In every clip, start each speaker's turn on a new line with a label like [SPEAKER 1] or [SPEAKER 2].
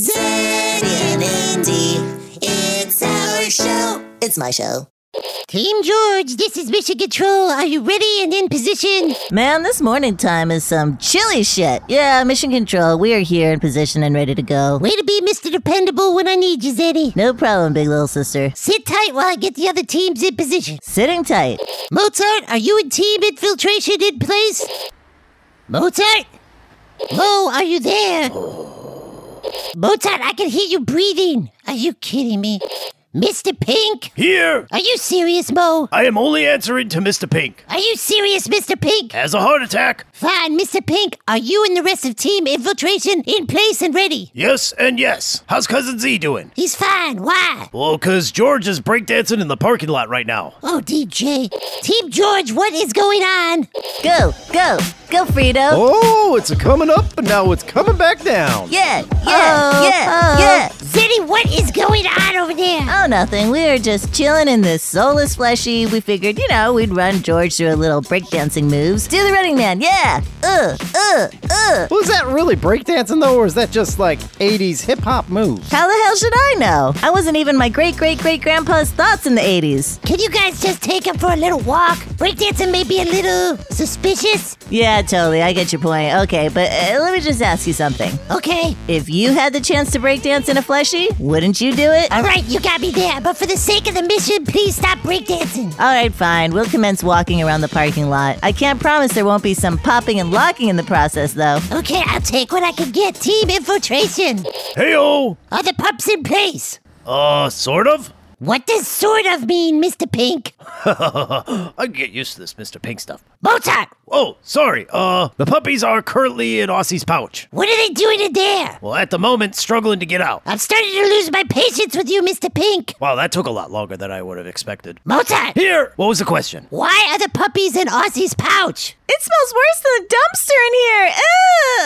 [SPEAKER 1] Zed and Andy, it's our show. It's my show.
[SPEAKER 2] Team George, this is Mission Control. Are you ready and in position?
[SPEAKER 3] Man, this morning time is some chilly shit. Yeah, mission control. We are here in position and ready to go.
[SPEAKER 2] Way to be Mr. Dependable when I need you, Zeddy.
[SPEAKER 3] No problem, big little sister.
[SPEAKER 2] Sit tight while I get the other teams in position.
[SPEAKER 3] Sitting tight.
[SPEAKER 2] Mozart, are you in team infiltration in place? Mozart? Whoa, are you there? Mozart, I can hear you breathing. Are you kidding me? Mr. Pink?
[SPEAKER 4] Here!
[SPEAKER 2] Are you serious, Mo?
[SPEAKER 4] I am only answering to Mr. Pink.
[SPEAKER 2] Are you serious, Mr. Pink?
[SPEAKER 4] Has a heart attack.
[SPEAKER 2] Fine, Mr. Pink, are you and the rest of Team Infiltration in place and ready?
[SPEAKER 4] Yes and yes. How's Cousin Z doing?
[SPEAKER 2] He's fine. Why?
[SPEAKER 4] Well, 'cause George is breakdancing in the parking lot right now.
[SPEAKER 2] Oh, DJ. Team George, what is going on?
[SPEAKER 3] Go, go, go, Frito.
[SPEAKER 5] Oh, it's a coming up, but now it's coming back down.
[SPEAKER 3] Yeah, yeah,
[SPEAKER 2] Oh,
[SPEAKER 3] yeah,
[SPEAKER 2] oh.
[SPEAKER 3] yeah.
[SPEAKER 2] Zitty, what is going on over there?
[SPEAKER 3] Oh, nothing. We were just chilling in this soulless fleshy. We figured, you know, we'd run George through a little breakdancing moves. Do the running man. Yeah. Uh, uh, uh.
[SPEAKER 5] Was that really breakdancing though, or is that just like 80s hip hop moves?
[SPEAKER 3] How the hell should I know? I wasn't even my great great great grandpa's thoughts in the 80s.
[SPEAKER 2] Can you guys just take him for a little walk? Breakdancing may be a little suspicious.
[SPEAKER 3] Yeah, totally. I get your point. Okay, but uh, let me just ask you something.
[SPEAKER 2] Okay.
[SPEAKER 3] If you had the chance to breakdance in a fleshy, wouldn't you do it?
[SPEAKER 2] All right, you got me there, but for the sake of the mission, please stop breakdancing.
[SPEAKER 3] All right, fine. We'll commence walking around the parking lot. I can't promise there won't be some popping and locking in the process, though.
[SPEAKER 2] Okay, I'll take what I can get. Team Infiltration.
[SPEAKER 4] Heyo!
[SPEAKER 2] Are the pups in place?
[SPEAKER 4] Uh, sort of?
[SPEAKER 2] What does sort of mean, Mr. Pink?
[SPEAKER 4] I can get used to this Mr. Pink stuff.
[SPEAKER 2] Mozart,
[SPEAKER 4] Oh, sorry. Uh, the puppies are currently in Aussie's pouch.
[SPEAKER 2] what are they doing in there?
[SPEAKER 4] Well, at the moment, struggling to get out.
[SPEAKER 2] I'm starting to lose my patience with you, Mr. Pink.
[SPEAKER 4] Wow, that took a lot longer than I would have expected.
[SPEAKER 2] Mozart,
[SPEAKER 4] Here! What was the question?
[SPEAKER 2] why are the puppies in Aussie's pouch?
[SPEAKER 3] It smells worse than a dumpster in here.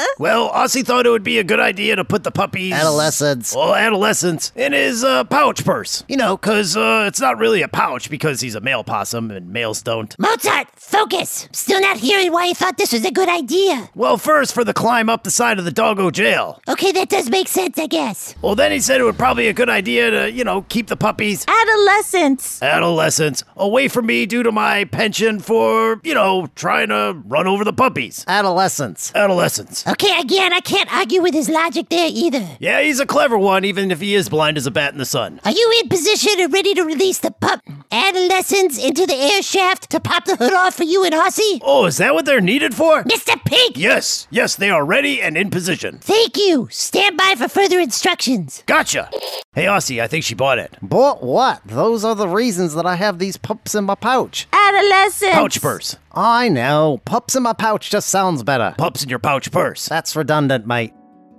[SPEAKER 3] Ugh!
[SPEAKER 4] Well, Aussie thought it would be a good idea to put the puppies.
[SPEAKER 5] Adolescence.
[SPEAKER 4] Well, adolescence in his uh, pouch purse. You know, 'cause uh, it's not really a pouch because he's a male possum and males don't.
[SPEAKER 2] Mozart, focus. I'm still not hearing why you thought this was a good idea.
[SPEAKER 4] Well, first for the climb up the side of the doggo jail.
[SPEAKER 2] Okay, that does make sense, I guess.
[SPEAKER 4] Well, then he said it would probably a good idea to, you know, keep the puppies.
[SPEAKER 3] Adolescence.
[SPEAKER 4] Adolescents away from me due to my penchant for, you know, trying to run over the puppies.
[SPEAKER 5] Adolescence.
[SPEAKER 4] Adolescents.
[SPEAKER 2] Okay, again, I can't argue with his logic there either.
[SPEAKER 4] Yeah, he's a clever one, even if he is blind as a bat in the sun.
[SPEAKER 2] Are you in position and ready to release the pup adolescents into the air shaft to pop the hood off for you and Aussie?
[SPEAKER 4] Oh, is that what they're needed for?
[SPEAKER 2] Mr. Pink!
[SPEAKER 4] Yes, yes, they are ready and in position.
[SPEAKER 2] Thank you. Stand by for further instructions.
[SPEAKER 4] Gotcha. Hey, Aussie, I think she bought it.
[SPEAKER 5] But what? Those are the reasons that I have these pups in my pouch.
[SPEAKER 3] Adolescence.
[SPEAKER 4] Pouch purse.
[SPEAKER 5] I know. Pups in my pouch just sounds better.
[SPEAKER 4] Pups in your pouch purse.
[SPEAKER 5] That's redundant, mate.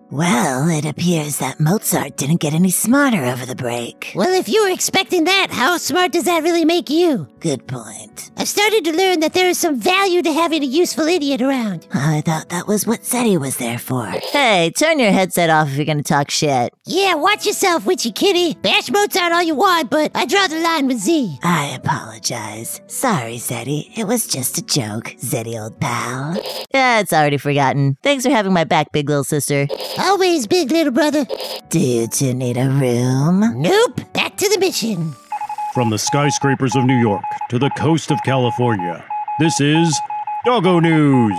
[SPEAKER 3] Well, it appears that Mozart didn't get any smarter over the break.
[SPEAKER 2] Well, if you were expecting that, how smart does that really make you?
[SPEAKER 3] Good point.
[SPEAKER 2] I've started to learn that there is some value to having a useful idiot around.
[SPEAKER 3] Oh, I thought that was what Seti was there for. Hey, turn your headset off if you're gonna talk shit.
[SPEAKER 2] Yeah, watch yourself, witchy kitty. Bash Mozart all you want, but I draw the line with Z.
[SPEAKER 3] I apologize. Sorry, Zeddy. It was just a joke, Zeddy old pal. Yeah, it's already forgotten. Thanks for having my back, big little sister.
[SPEAKER 2] Always big little brother.
[SPEAKER 3] Do you two need a room?
[SPEAKER 2] Nope. Back to the mission.
[SPEAKER 6] From the skyscrapers of New York to the coast of California, this is Doggo News.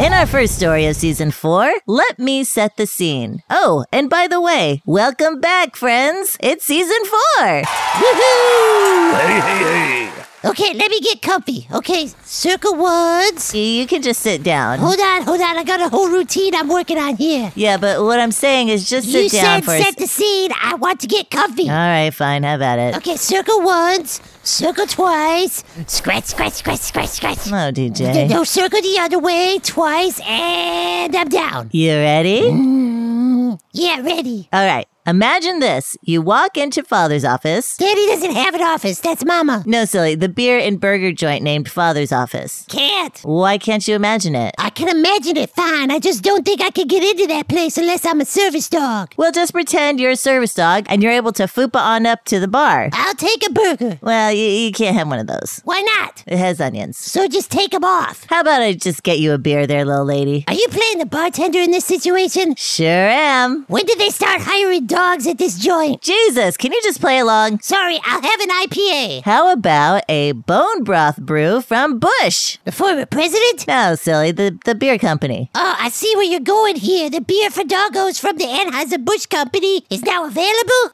[SPEAKER 3] In our first story of season four, let me set the scene. Oh, and by the way, welcome back, friends. It's season four.
[SPEAKER 2] Woohoo!
[SPEAKER 4] Hey, hey, hey.
[SPEAKER 2] Okay, let me get comfy. Okay, circle woods.
[SPEAKER 3] You- You can just sit down.
[SPEAKER 2] Hold on, hold on. I got a whole routine I'm working on here.
[SPEAKER 3] Yeah, but what I'm saying is just
[SPEAKER 2] you
[SPEAKER 3] sit down
[SPEAKER 2] said
[SPEAKER 3] for a
[SPEAKER 2] set
[SPEAKER 3] s-
[SPEAKER 2] the scene. I want to get comfy.
[SPEAKER 3] All right, fine. Have at it.
[SPEAKER 2] Okay, circle once, circle twice, scratch, scratch, scratch, scratch, scratch.
[SPEAKER 3] Oh,
[SPEAKER 2] No,
[SPEAKER 3] DJ.
[SPEAKER 2] no, circle the other way twice, and I'm down.
[SPEAKER 3] You ready?
[SPEAKER 2] Yeah, ready.
[SPEAKER 3] All right. Imagine this you walk into father's office.
[SPEAKER 2] Daddy doesn't have an office. That's Mama.
[SPEAKER 3] No, silly, the beer and burger joint named father's office.
[SPEAKER 2] Can't.
[SPEAKER 3] Why can't you imagine it?
[SPEAKER 2] I can imagine it fine. I just don't think I could get into that place unless I'm a service dog.
[SPEAKER 3] Well, just pretend you're a service dog and you're able to fupa on up to the bar.
[SPEAKER 2] I'll take a burger.
[SPEAKER 3] Well, you, you can't have one of those.
[SPEAKER 2] Why not?
[SPEAKER 3] It has onions.
[SPEAKER 2] So just take 'em off.
[SPEAKER 3] How about I just get you a beer there, little lady?
[SPEAKER 2] Are you playing the bartender in this situation?
[SPEAKER 3] Sure am.
[SPEAKER 2] When did they start hiring dogs at this joint?
[SPEAKER 3] Jesus, can you just play along?
[SPEAKER 2] Sorry, I'll have an IPA.
[SPEAKER 3] How about a bone broth brew from Bush?
[SPEAKER 2] The former president?
[SPEAKER 3] No, silly, the, the beer company.
[SPEAKER 2] Oh, I see where you're going here. The beer for doggos from the Anheuser-Busch Company is now available?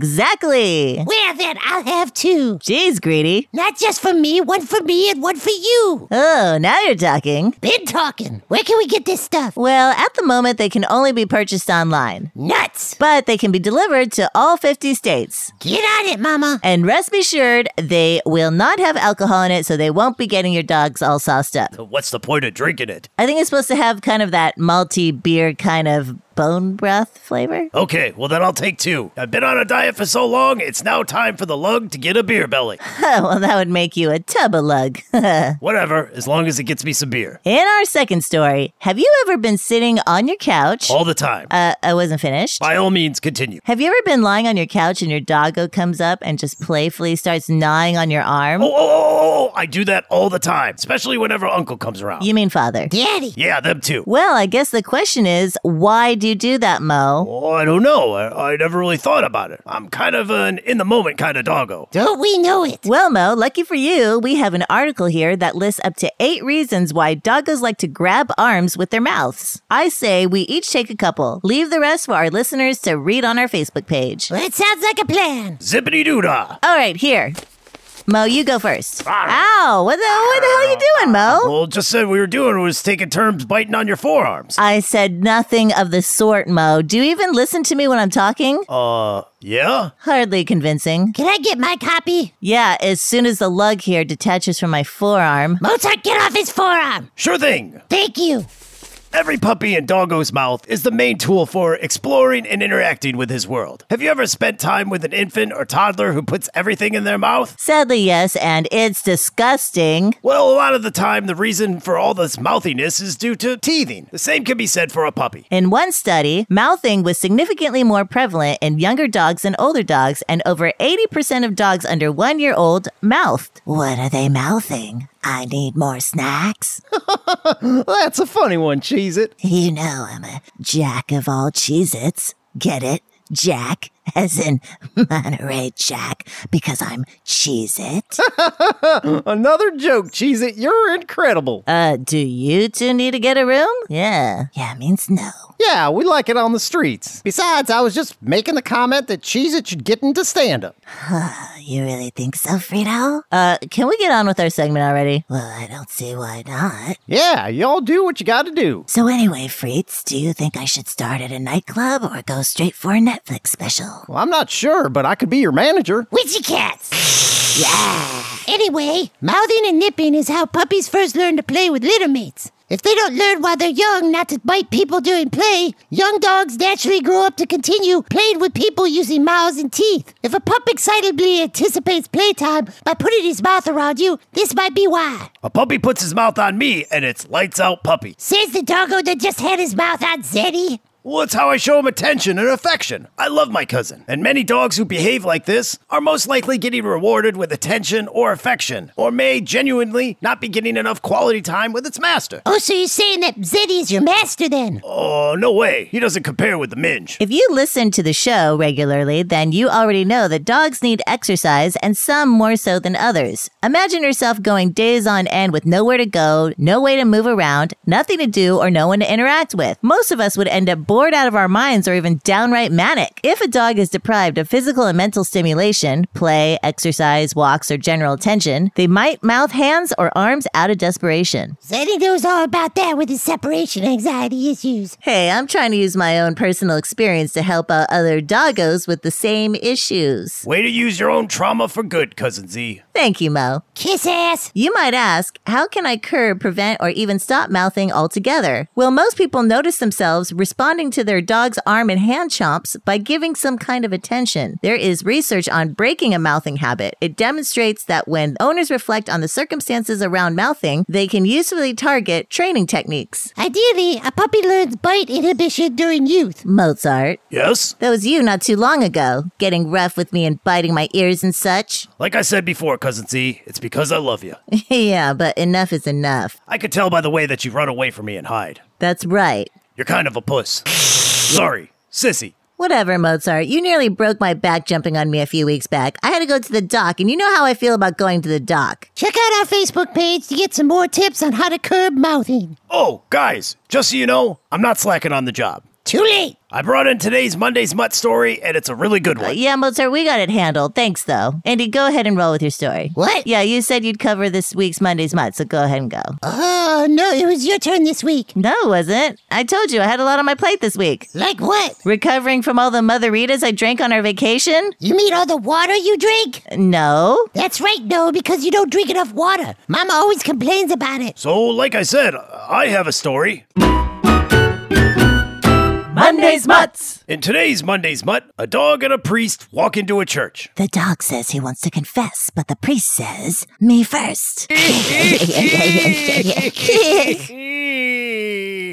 [SPEAKER 3] Exactly.
[SPEAKER 2] Well, then, I'll have two.
[SPEAKER 3] Jeez, greedy.
[SPEAKER 2] Not just for me, one for me and one for you.
[SPEAKER 3] Oh, now you're talking.
[SPEAKER 2] Been talking. Where can we get this stuff?
[SPEAKER 3] Well, at the moment, they can only be purchased online,
[SPEAKER 2] Nuts.
[SPEAKER 3] but they can be delivered to all 50 states.
[SPEAKER 2] Get on it, Mama.
[SPEAKER 3] And rest assured, they will not have alcohol in it, so they won't be getting your dogs all sauced up.
[SPEAKER 4] What's the point of drinking it?
[SPEAKER 3] I think it's supposed to have kind of that malty beer kind of bone breath flavor.
[SPEAKER 4] Okay, well then I'll take two. I've been on a diet for so long, it's now time for the lug to get a beer belly.
[SPEAKER 3] Oh, well, that would make you a tub of lug.
[SPEAKER 4] Whatever, as long as it gets me some beer.
[SPEAKER 3] In our second story, have you ever been sitting on your couch?
[SPEAKER 4] All the time.
[SPEAKER 3] Uh, I wasn't finished.
[SPEAKER 4] By all means, continue.
[SPEAKER 3] Have you ever been lying on your couch and your doggo comes up and just playfully starts gnawing on your arm?
[SPEAKER 4] Oh, oh, oh, oh, oh, I do that all the time, especially whenever Uncle comes around.
[SPEAKER 3] You mean father?
[SPEAKER 2] Daddy.
[SPEAKER 4] yeah, them too.
[SPEAKER 3] Well, I guess the question is, why do you do that, Mo?
[SPEAKER 4] Oh, I don't know. I, I never really thought about it. I'm kind of an in the moment kind of doggo.
[SPEAKER 2] Don't we know it?
[SPEAKER 3] Well, Mo, lucky for you, we have an article here that lists up to eight reasons why doggos like to grab arms with their mouths. I say we each take a couple. Leave the rest for our listeners to read on our Facebook page.
[SPEAKER 2] Well, that sounds like a plan.
[SPEAKER 4] Zippity doo dah.
[SPEAKER 3] All right, here. Mo, you go first.
[SPEAKER 4] Arr.
[SPEAKER 3] Ow, what the, what the hell are you doing, Mo?
[SPEAKER 4] Well, just said we were doing was taking terms biting on your forearms.
[SPEAKER 3] I said nothing of the sort, Mo. Do you even listen to me when I'm talking?
[SPEAKER 4] Uh, yeah?
[SPEAKER 3] Hardly convincing.
[SPEAKER 2] Can I get my copy?
[SPEAKER 3] Yeah, as soon as the lug here detaches from my forearm.
[SPEAKER 2] Mozart, get off his forearm.
[SPEAKER 4] Sure thing.
[SPEAKER 2] Thank you.
[SPEAKER 4] Every puppy in Doggo's mouth is the main tool for exploring and interacting with his world. Have you ever spent time with an infant or toddler who puts everything in their mouth?
[SPEAKER 3] Sadly, yes, and it's disgusting.
[SPEAKER 4] Well, a lot of the time, the reason for all this mouthiness is due to teething. The same can be said for a puppy.
[SPEAKER 3] In one study, mouthing was significantly more prevalent in younger dogs than older dogs, and over 80% of dogs under one year old mouthed. What are they mouthing? I need more snacks.
[SPEAKER 5] That's a funny one, Cheese It.
[SPEAKER 3] You know I'm a jack of all Cheez Its. Get it? Jack, as in Monterey Jack, because I'm Cheez It.
[SPEAKER 5] Another joke, Cheese It. You're incredible.
[SPEAKER 3] uh, do you two need to get a room? Yeah. Yeah means no.
[SPEAKER 5] Yeah, we like it on the streets. Besides, I was just making the comment that Cheese It should get into stand up.
[SPEAKER 3] You really think so, Frito? Uh, can we get on with our segment already? Well, I don't see why not.
[SPEAKER 5] Yeah, y'all do what you gotta do.
[SPEAKER 3] So anyway, Fritz, do you think I should start at a nightclub or go straight for a Netflix special?
[SPEAKER 5] Well, I'm not sure, but I could be your manager.
[SPEAKER 2] Witchy cats. yeah. Anyway, mouthing and nipping is how puppies first learn to play with litter mates. If they don't learn while they're young not to bite people during play, young dogs naturally grow up to continue playing with people using mouths and teeth. If a pup excitedly anticipates playtime by putting his mouth around you, this might be why.
[SPEAKER 4] A puppy puts his mouth on me, and it's lights out puppy.
[SPEAKER 2] Says the doggo that just had his mouth on Zeddy.
[SPEAKER 4] Well, it's how I show him attention and affection. I love my cousin, and many dogs who behave like this are most likely getting rewarded with attention or affection, or may genuinely not be getting enough quality time with its master.
[SPEAKER 2] Oh, so you're saying that Zeddy is your master then?
[SPEAKER 4] Oh, no way. He doesn't compare with the Minge.
[SPEAKER 3] If you listen to the show regularly, then you already know that dogs need exercise and some more so than others. Imagine yourself going days on end with nowhere to go, no way to move around, nothing to do, or no one to interact with. Most of us would end up bored out of our minds or even downright manic. If a dog is deprived of physical and mental stimulation, play, exercise, walks, or general attention, they might mouth hands or arms out of desperation.
[SPEAKER 2] Zeddy knows all about that with his separation anxiety issues.
[SPEAKER 3] Hey, I'm trying to use my own personal experience to help out other doggos with the same issues.
[SPEAKER 4] Way to use your own trauma for good, Cousin Z.
[SPEAKER 3] Thank you, Mo.
[SPEAKER 2] Kiss ass.
[SPEAKER 3] You might ask, how can I curb, prevent, or even stop mouthing altogether? Well, most people notice themselves responding responding to their dog's arm and hand chomps by giving some kind of attention. There is research on breaking a mouthing habit. It demonstrates that when owners reflect on the circumstances around mouthing, they can usefully target training techniques.
[SPEAKER 2] Ideally, a puppy learns bite inhibition during youth.
[SPEAKER 3] Mozart,
[SPEAKER 4] Yes?
[SPEAKER 3] that was you not too long ago, getting rough with me and biting my ears and such.
[SPEAKER 4] Like I said before, Cousin Z, it's because I love you.
[SPEAKER 3] yeah, but enough is enough.
[SPEAKER 4] I could tell by the way that you run away from me and hide.
[SPEAKER 3] That's right.
[SPEAKER 4] You're kind of a puss. Sorry, sissy.
[SPEAKER 3] Whatever, Mozart. You nearly broke my back jumping on me a few weeks back. I had to go to the dock, and you know how I feel about going to the dock.
[SPEAKER 2] Check out our Facebook page to get some more tips on how to curb mouthing.
[SPEAKER 4] Oh, guys, just so you know, I'm not slacking on the job.
[SPEAKER 2] Too late.
[SPEAKER 4] I brought in today's Monday's Mutt story, and it's a really good one.
[SPEAKER 3] Yeah, Mozart, we got it handled. Thanks, though. Andy, go ahead and roll with your story.
[SPEAKER 2] What?
[SPEAKER 3] Yeah, you said you'd cover this week's Monday's Mud, so go ahead and go.
[SPEAKER 2] Oh, no, it was your turn this week.
[SPEAKER 3] No, it wasn't. I told you I had a lot on my plate this week.
[SPEAKER 2] Like what?
[SPEAKER 3] Recovering from all the motheritas I drank on our vacation?
[SPEAKER 2] You mean all the water you drink?
[SPEAKER 3] No.
[SPEAKER 2] That's right, no, because you don't drink enough water. Mama always complains about it.
[SPEAKER 4] So, like I said, I have a story.
[SPEAKER 3] Monday's Mutts!
[SPEAKER 4] In today's Monday's Mutt, a dog and a priest walk into a church.
[SPEAKER 3] The dog says he wants to confess, but the priest says, me first.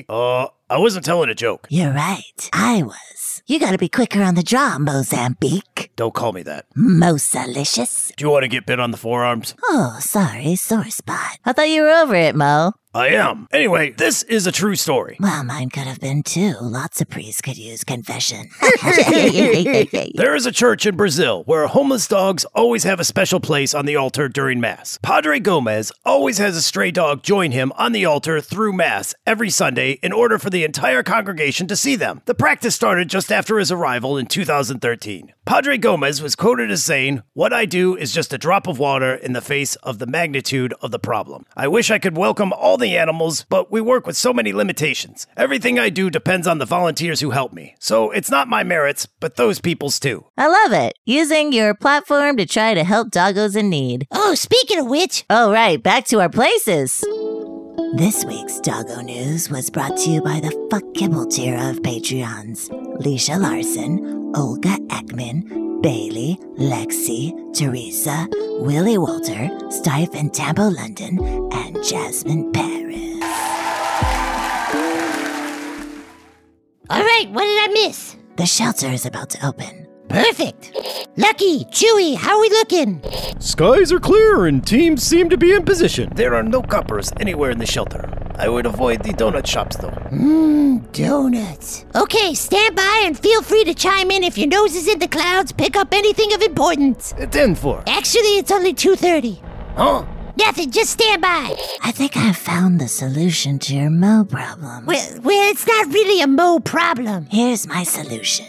[SPEAKER 4] Uh, I wasn't telling a joke.
[SPEAKER 3] You're right. I was. You gotta be quicker on the draw, Mozambique.
[SPEAKER 4] Don't call me that.
[SPEAKER 3] Mosalicious.
[SPEAKER 4] Do you want to get bit on the forearms?
[SPEAKER 3] Oh, sorry, sore spot. I thought you were over it, Mo.
[SPEAKER 4] I am. Anyway, this is a true story.
[SPEAKER 3] Well, mine could have been too. Lots of priests could use confession.
[SPEAKER 4] There is a church in Brazil where homeless dogs always have a special place on the altar during Mass. Padre Gomez always has a stray dog join him on the altar through Mass every Sunday in order for the entire congregation to see them. The practice started just after his arrival in 2013. Padre Gomez was quoted as saying, What I do is just a drop of water in the face of the magnitude of the problem. I wish I could welcome all the animals, but we work with so many limitations. Everything I do depends on the volunteers who help me. So it's not my merits, but those people's too.
[SPEAKER 3] I love it. Using your platform to try to help doggos in need.
[SPEAKER 2] Oh, speaking of which,
[SPEAKER 3] All Oh, right, back to our places. This week's Doggo News was brought to you by the Fuck Kibble tier of Patreons Leisha Larson, Olga Ekman, Bailey, Lexi, Teresa, Willie Walter, Stife and Tambo London, and Jasmine Paris.
[SPEAKER 2] all right, what did I miss?
[SPEAKER 3] The shelter is about to open.
[SPEAKER 2] Perfect. Lucky, Chewy, how we looking?
[SPEAKER 4] Skies are clear and teams seem to be in position. There are no coppers anywhere in the shelter. I would avoid the donut shops though.
[SPEAKER 2] Donuts. Okay, stand by and feel free to chime in if your nose is in the clouds. Pick up anything of importance.
[SPEAKER 4] It's in for.
[SPEAKER 2] Actually, it's only 2.30.
[SPEAKER 4] Huh?
[SPEAKER 2] Nothing, just stand by.
[SPEAKER 3] I think I've found the solution to your mo problem.
[SPEAKER 2] Well, well, it's not really a mo problem.
[SPEAKER 3] Here's my solution.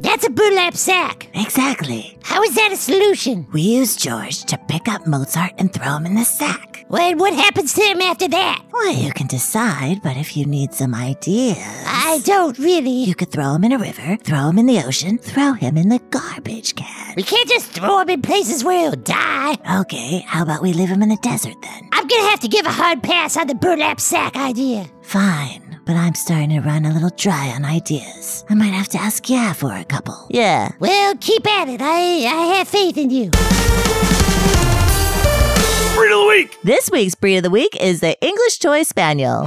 [SPEAKER 2] That's a burlap sack.
[SPEAKER 3] Exactly.
[SPEAKER 2] How is that a solution?
[SPEAKER 3] We use George to pick up Mozart and throw him in the sack.
[SPEAKER 2] Well, and what happens to him after that?
[SPEAKER 3] Well, you can decide, but if you need some ideas,
[SPEAKER 2] I don't really.
[SPEAKER 3] you could throw him in a river, throw him in the ocean, throw him in the garbage can.
[SPEAKER 2] We can't just throw him in places where he'll die.
[SPEAKER 3] Okay, how about we leave him in the desert then?
[SPEAKER 2] I'm gonna have to give a hard pass on the burlap sack idea.
[SPEAKER 3] Fine, but I'm starting to run a little dry on ideas. I might have to ask yeah for a couple. Yeah.
[SPEAKER 2] Well, keep at it. I I have faith in you.
[SPEAKER 4] Breed of the week!
[SPEAKER 3] This week's breed of the week is the English Toy Spaniel.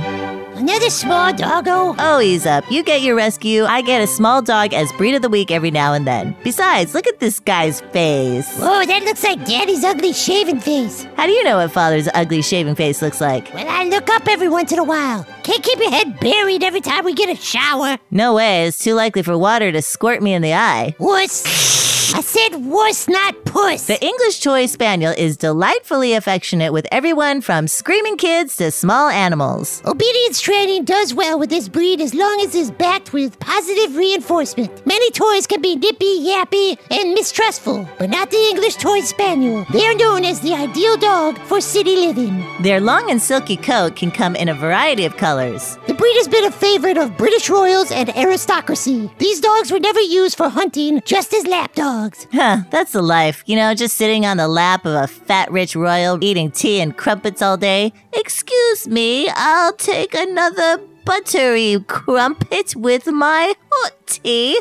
[SPEAKER 2] Another small doggo.
[SPEAKER 3] Oh, ease up. You get your rescue. I get a small dog as breed of the week every now and then. Besides, look at this guy's face.
[SPEAKER 2] Whoa, Oh, that looks like Daddy's ugly shaven face.
[SPEAKER 3] How do you know what father's ugly shaving face looks like?
[SPEAKER 2] Well, I look up every once in a while. Can't keep your head buried every time we get a shower.
[SPEAKER 3] No way. It's too likely for water to squirt me in the eye.
[SPEAKER 2] Wuss. I said wuss, not puss.
[SPEAKER 3] The English Toy Spaniel is delightfully affectionate with everyone from screaming kids to small animals.
[SPEAKER 2] Obedience training does well with this breed as long as it's backed with positive reinforcement. Many toys can be nippy, yappy, and mistrustful, but not the English Toy Spaniel. They are known as the ideal dog for city living.
[SPEAKER 3] Their long and silky coat can come in a variety of colors.
[SPEAKER 2] The breed has been a favorite of British royals and aristocracy. These dogs were never used for hunting, just as lap dogs.
[SPEAKER 3] Huh, that's the life. You know, just sitting on the lap of a fat rich royal eating tea and crumpets all day. Excuse me, I'll take another buttery crumpet with my hot tea.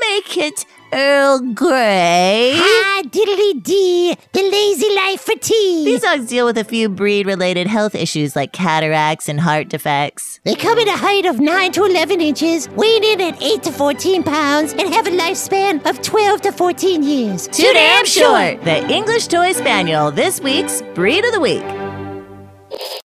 [SPEAKER 3] Make it Earl Grey.
[SPEAKER 2] Ah, diddly dee, the lazy life for tea.
[SPEAKER 3] These dogs deal with a few breed related health issues like cataracts and heart defects.
[SPEAKER 2] They come in a height of 9 to 11 inches, weighing in at 8 to 14 pounds, and have a lifespan of 12 to 14 years.
[SPEAKER 3] Too damn short! The English Toy Spaniel, this week's Breed of the Week.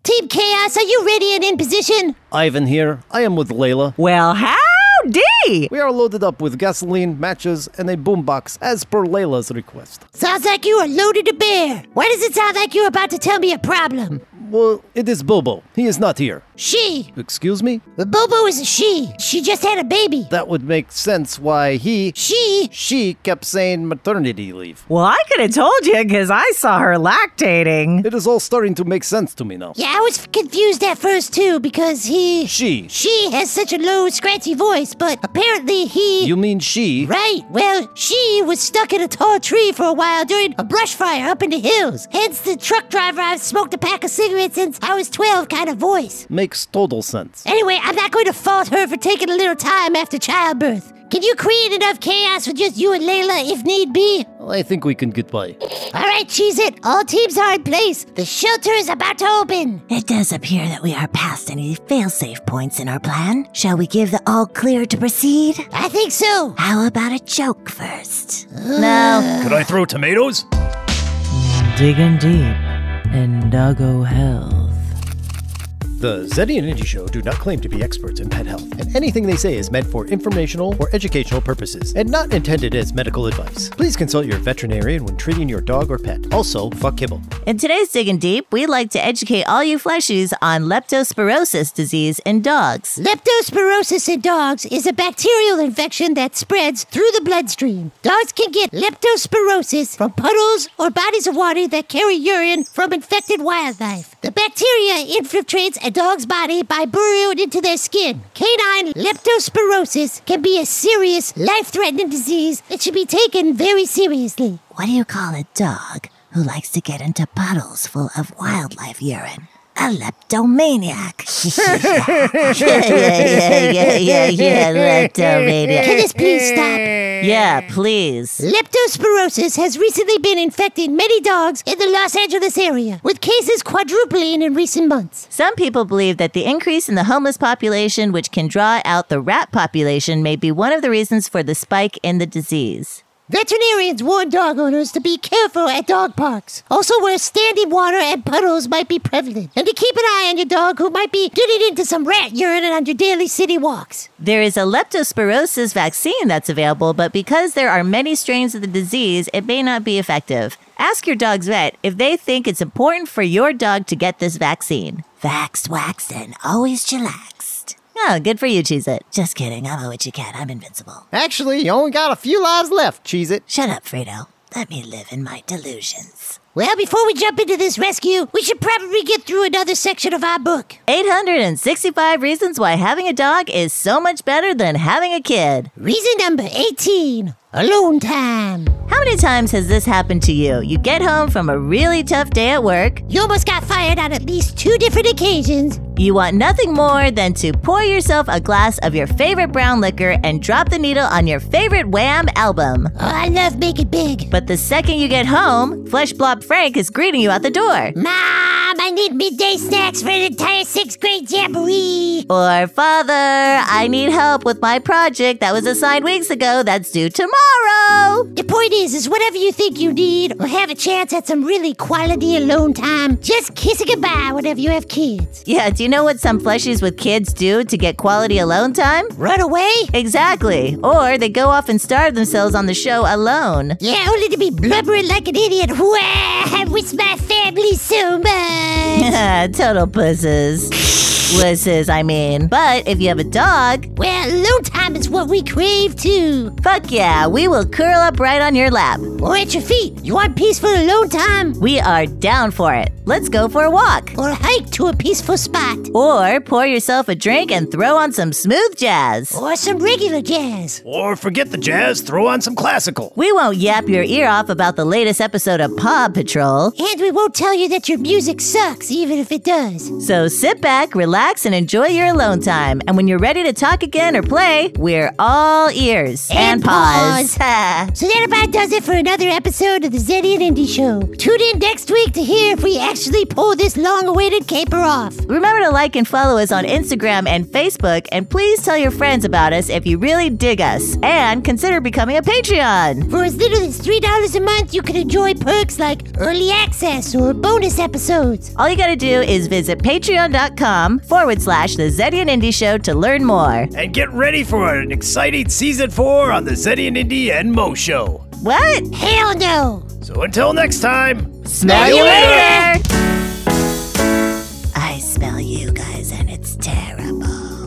[SPEAKER 2] Team Chaos, are you ready and in position?
[SPEAKER 4] Ivan here. I am with Layla.
[SPEAKER 3] Well, howdy!
[SPEAKER 4] We are loaded up with gasoline, matches, and a boombox as per Layla's request.
[SPEAKER 2] Sounds like you are loaded to bear. Why does it sound like you're about to tell me a problem?
[SPEAKER 4] Well, it is Bobo. He is not here.
[SPEAKER 2] She.
[SPEAKER 4] Excuse me?
[SPEAKER 2] Bobo is a she. She just had a baby.
[SPEAKER 4] That would make sense why he,
[SPEAKER 2] She.
[SPEAKER 4] she kept saying maternity leave.
[SPEAKER 7] Well, I could have told you because I saw her lactating.
[SPEAKER 4] It is all starting to make sense to me now.
[SPEAKER 2] Yeah, I was confused at first too because he.
[SPEAKER 4] She.
[SPEAKER 2] She has such a low, scratchy voice, but apparently he.
[SPEAKER 4] You mean she?
[SPEAKER 2] Right, well, she was stuck in a tall tree for a while during a brush fire up in the hills. Hence the truck driver I've smoked a pack of cigarettes since I was 12 kind of voice.
[SPEAKER 4] Makes total sense.
[SPEAKER 2] Anyway, I'm not going to fault her for taking a little time after childbirth. Can you create enough chaos with just you and Layla if need be?
[SPEAKER 4] I think we can get by.
[SPEAKER 2] All right, Cheez It, all teams are in place. The shelter is about to open.
[SPEAKER 3] It does appear that we are past any failsafe points in our plan. Shall we give the all clear to proceed?
[SPEAKER 2] I think so.
[SPEAKER 3] How about a joke first? No.
[SPEAKER 4] Could I throw tomatoes?
[SPEAKER 7] Digging deep in doggo health.
[SPEAKER 4] The Zeddy and Indy Show do not claim to be experts in pet health, and anything they say is meant for informational or educational purposes and not intended as medical advice. Please consult your veterinarian when treating your dog or pet. Also, fuck kibble.
[SPEAKER 3] In today's Digging Deep, we'd like to educate all you fleshies on leptospirosis disease in dogs.
[SPEAKER 2] Leptospirosis in dogs is a bacterial infection that spreads through the bloodstream. Dogs can get leptospirosis from puddles or bodies of water that carry urine from infected wildlife. The bacteria infiltrates a dog's body by burrowing into their skin. Canine leptospirosis can be a serious, life threatening disease that should be taken very seriously.
[SPEAKER 3] What do you call a dog who likes to get into puddles full of wildlife urine? A leptomaniac. yeah, yeah, yeah, yeah,
[SPEAKER 2] Can
[SPEAKER 3] yeah, leptomaniac.
[SPEAKER 2] this please stop?
[SPEAKER 3] Yeah, please.
[SPEAKER 2] Leptospirosis has recently been infecting many dogs in the Los Angeles area, with cases quadrupling in recent months.
[SPEAKER 3] Some people believe that the increase in the homeless population, which can draw out the rat population, may be one of the reasons for the spike in the disease.
[SPEAKER 2] Veterinarians warn dog owners to be careful at dog parks, also where standing water and puddles might be prevalent, and to keep an eye on your dog who might be getting into some rat urine on your daily city walks.
[SPEAKER 3] There is a leptospirosis vaccine that's available, but because there are many strains of the disease, it may not be effective. Ask your dog's vet if they think it's important for your dog to get this vaccine. Vaxxed, waxed, and always chillaxed. Oh, good for you, Cheese It. Just kidding. I'm a witchy cat. I'm invincible.
[SPEAKER 5] Actually, you only got a few lives left, Cheez It.
[SPEAKER 3] Shut up, Fredo. Let me live in my delusions.
[SPEAKER 2] Well, before we jump into this rescue, we should probably get through another section of our book.
[SPEAKER 3] 865 reasons why having a dog is so much better than having a kid.
[SPEAKER 2] Reason number 18 Alone Time.
[SPEAKER 3] How many times has this happened to you? You get home from a really tough day at work,
[SPEAKER 2] You almost got fired on at least two different occasions.
[SPEAKER 3] you want nothing more than to pour yourself a glass of your favorite brown liquor and drop the needle on your favorite Wham album.
[SPEAKER 2] Oh, I love making big.
[SPEAKER 3] But the second you get home, Flesh Blob Frank is greeting you at the door.
[SPEAKER 2] Mom, I need midday snacks for an entire sixth grade jamboree.
[SPEAKER 3] Or, Father, I need help with my project that was assigned weeks ago that's due tomorrow.
[SPEAKER 2] The point is, is whatever you think you need or have a chance at some really quality alone time, just kiss it goodbye whenever you have kids.
[SPEAKER 3] Yeah, do you know what some fleshies with kids do to get quality alone time?
[SPEAKER 2] Run away?
[SPEAKER 3] Exactly. Or they go off and starve themselves on the show alone.
[SPEAKER 2] Yeah, only to be blubbering like an idiot. Wow, I miss my family so much.
[SPEAKER 3] Total pusses. Lisses, I mean. But if you have a dog,
[SPEAKER 2] well, alone time is what we crave too.
[SPEAKER 3] fuck yeah, we will curl up right on your lap.
[SPEAKER 2] Or at your feet. You want peaceful alone time?
[SPEAKER 3] We are down for it. Let's go for a walk.
[SPEAKER 2] Or hike to a peaceful spot.
[SPEAKER 3] Or pour yourself a drink and throw on some smooth jazz.
[SPEAKER 2] Or some regular jazz.
[SPEAKER 4] Or forget the jazz, throw on some classical.
[SPEAKER 3] We won't yap your ear off about the latest episode of Paw Patrol.
[SPEAKER 2] And we won't tell you that your music sucks, even if it does.
[SPEAKER 3] So sit back, relax. relax, and enjoy your alone time. And when you're ready to talk again or play, we're all ears
[SPEAKER 2] And
[SPEAKER 3] pause.
[SPEAKER 2] So that about does it for another episode of the Zeddy and Indy Show. Tune in next week to hear if we actually pull this long-awaited caper off.
[SPEAKER 3] Remember to like and follow us on Instagram and Facebook, and please tell your friends about us if you really dig us. And consider becoming a Patreon.
[SPEAKER 2] For as little as $3 a month, you can enjoy perks like early access or bonus episodes.
[SPEAKER 3] All you gotta do is visit patreon.com forward slash the Zeddy and Indie Show to learn more.
[SPEAKER 4] And get ready for an exciting season four on the Zeddy and Indy and Mo show.
[SPEAKER 3] What?
[SPEAKER 2] Hell no!
[SPEAKER 4] So until next time,
[SPEAKER 3] Smell
[SPEAKER 4] you later.
[SPEAKER 3] I smell you guys, and it's terrible.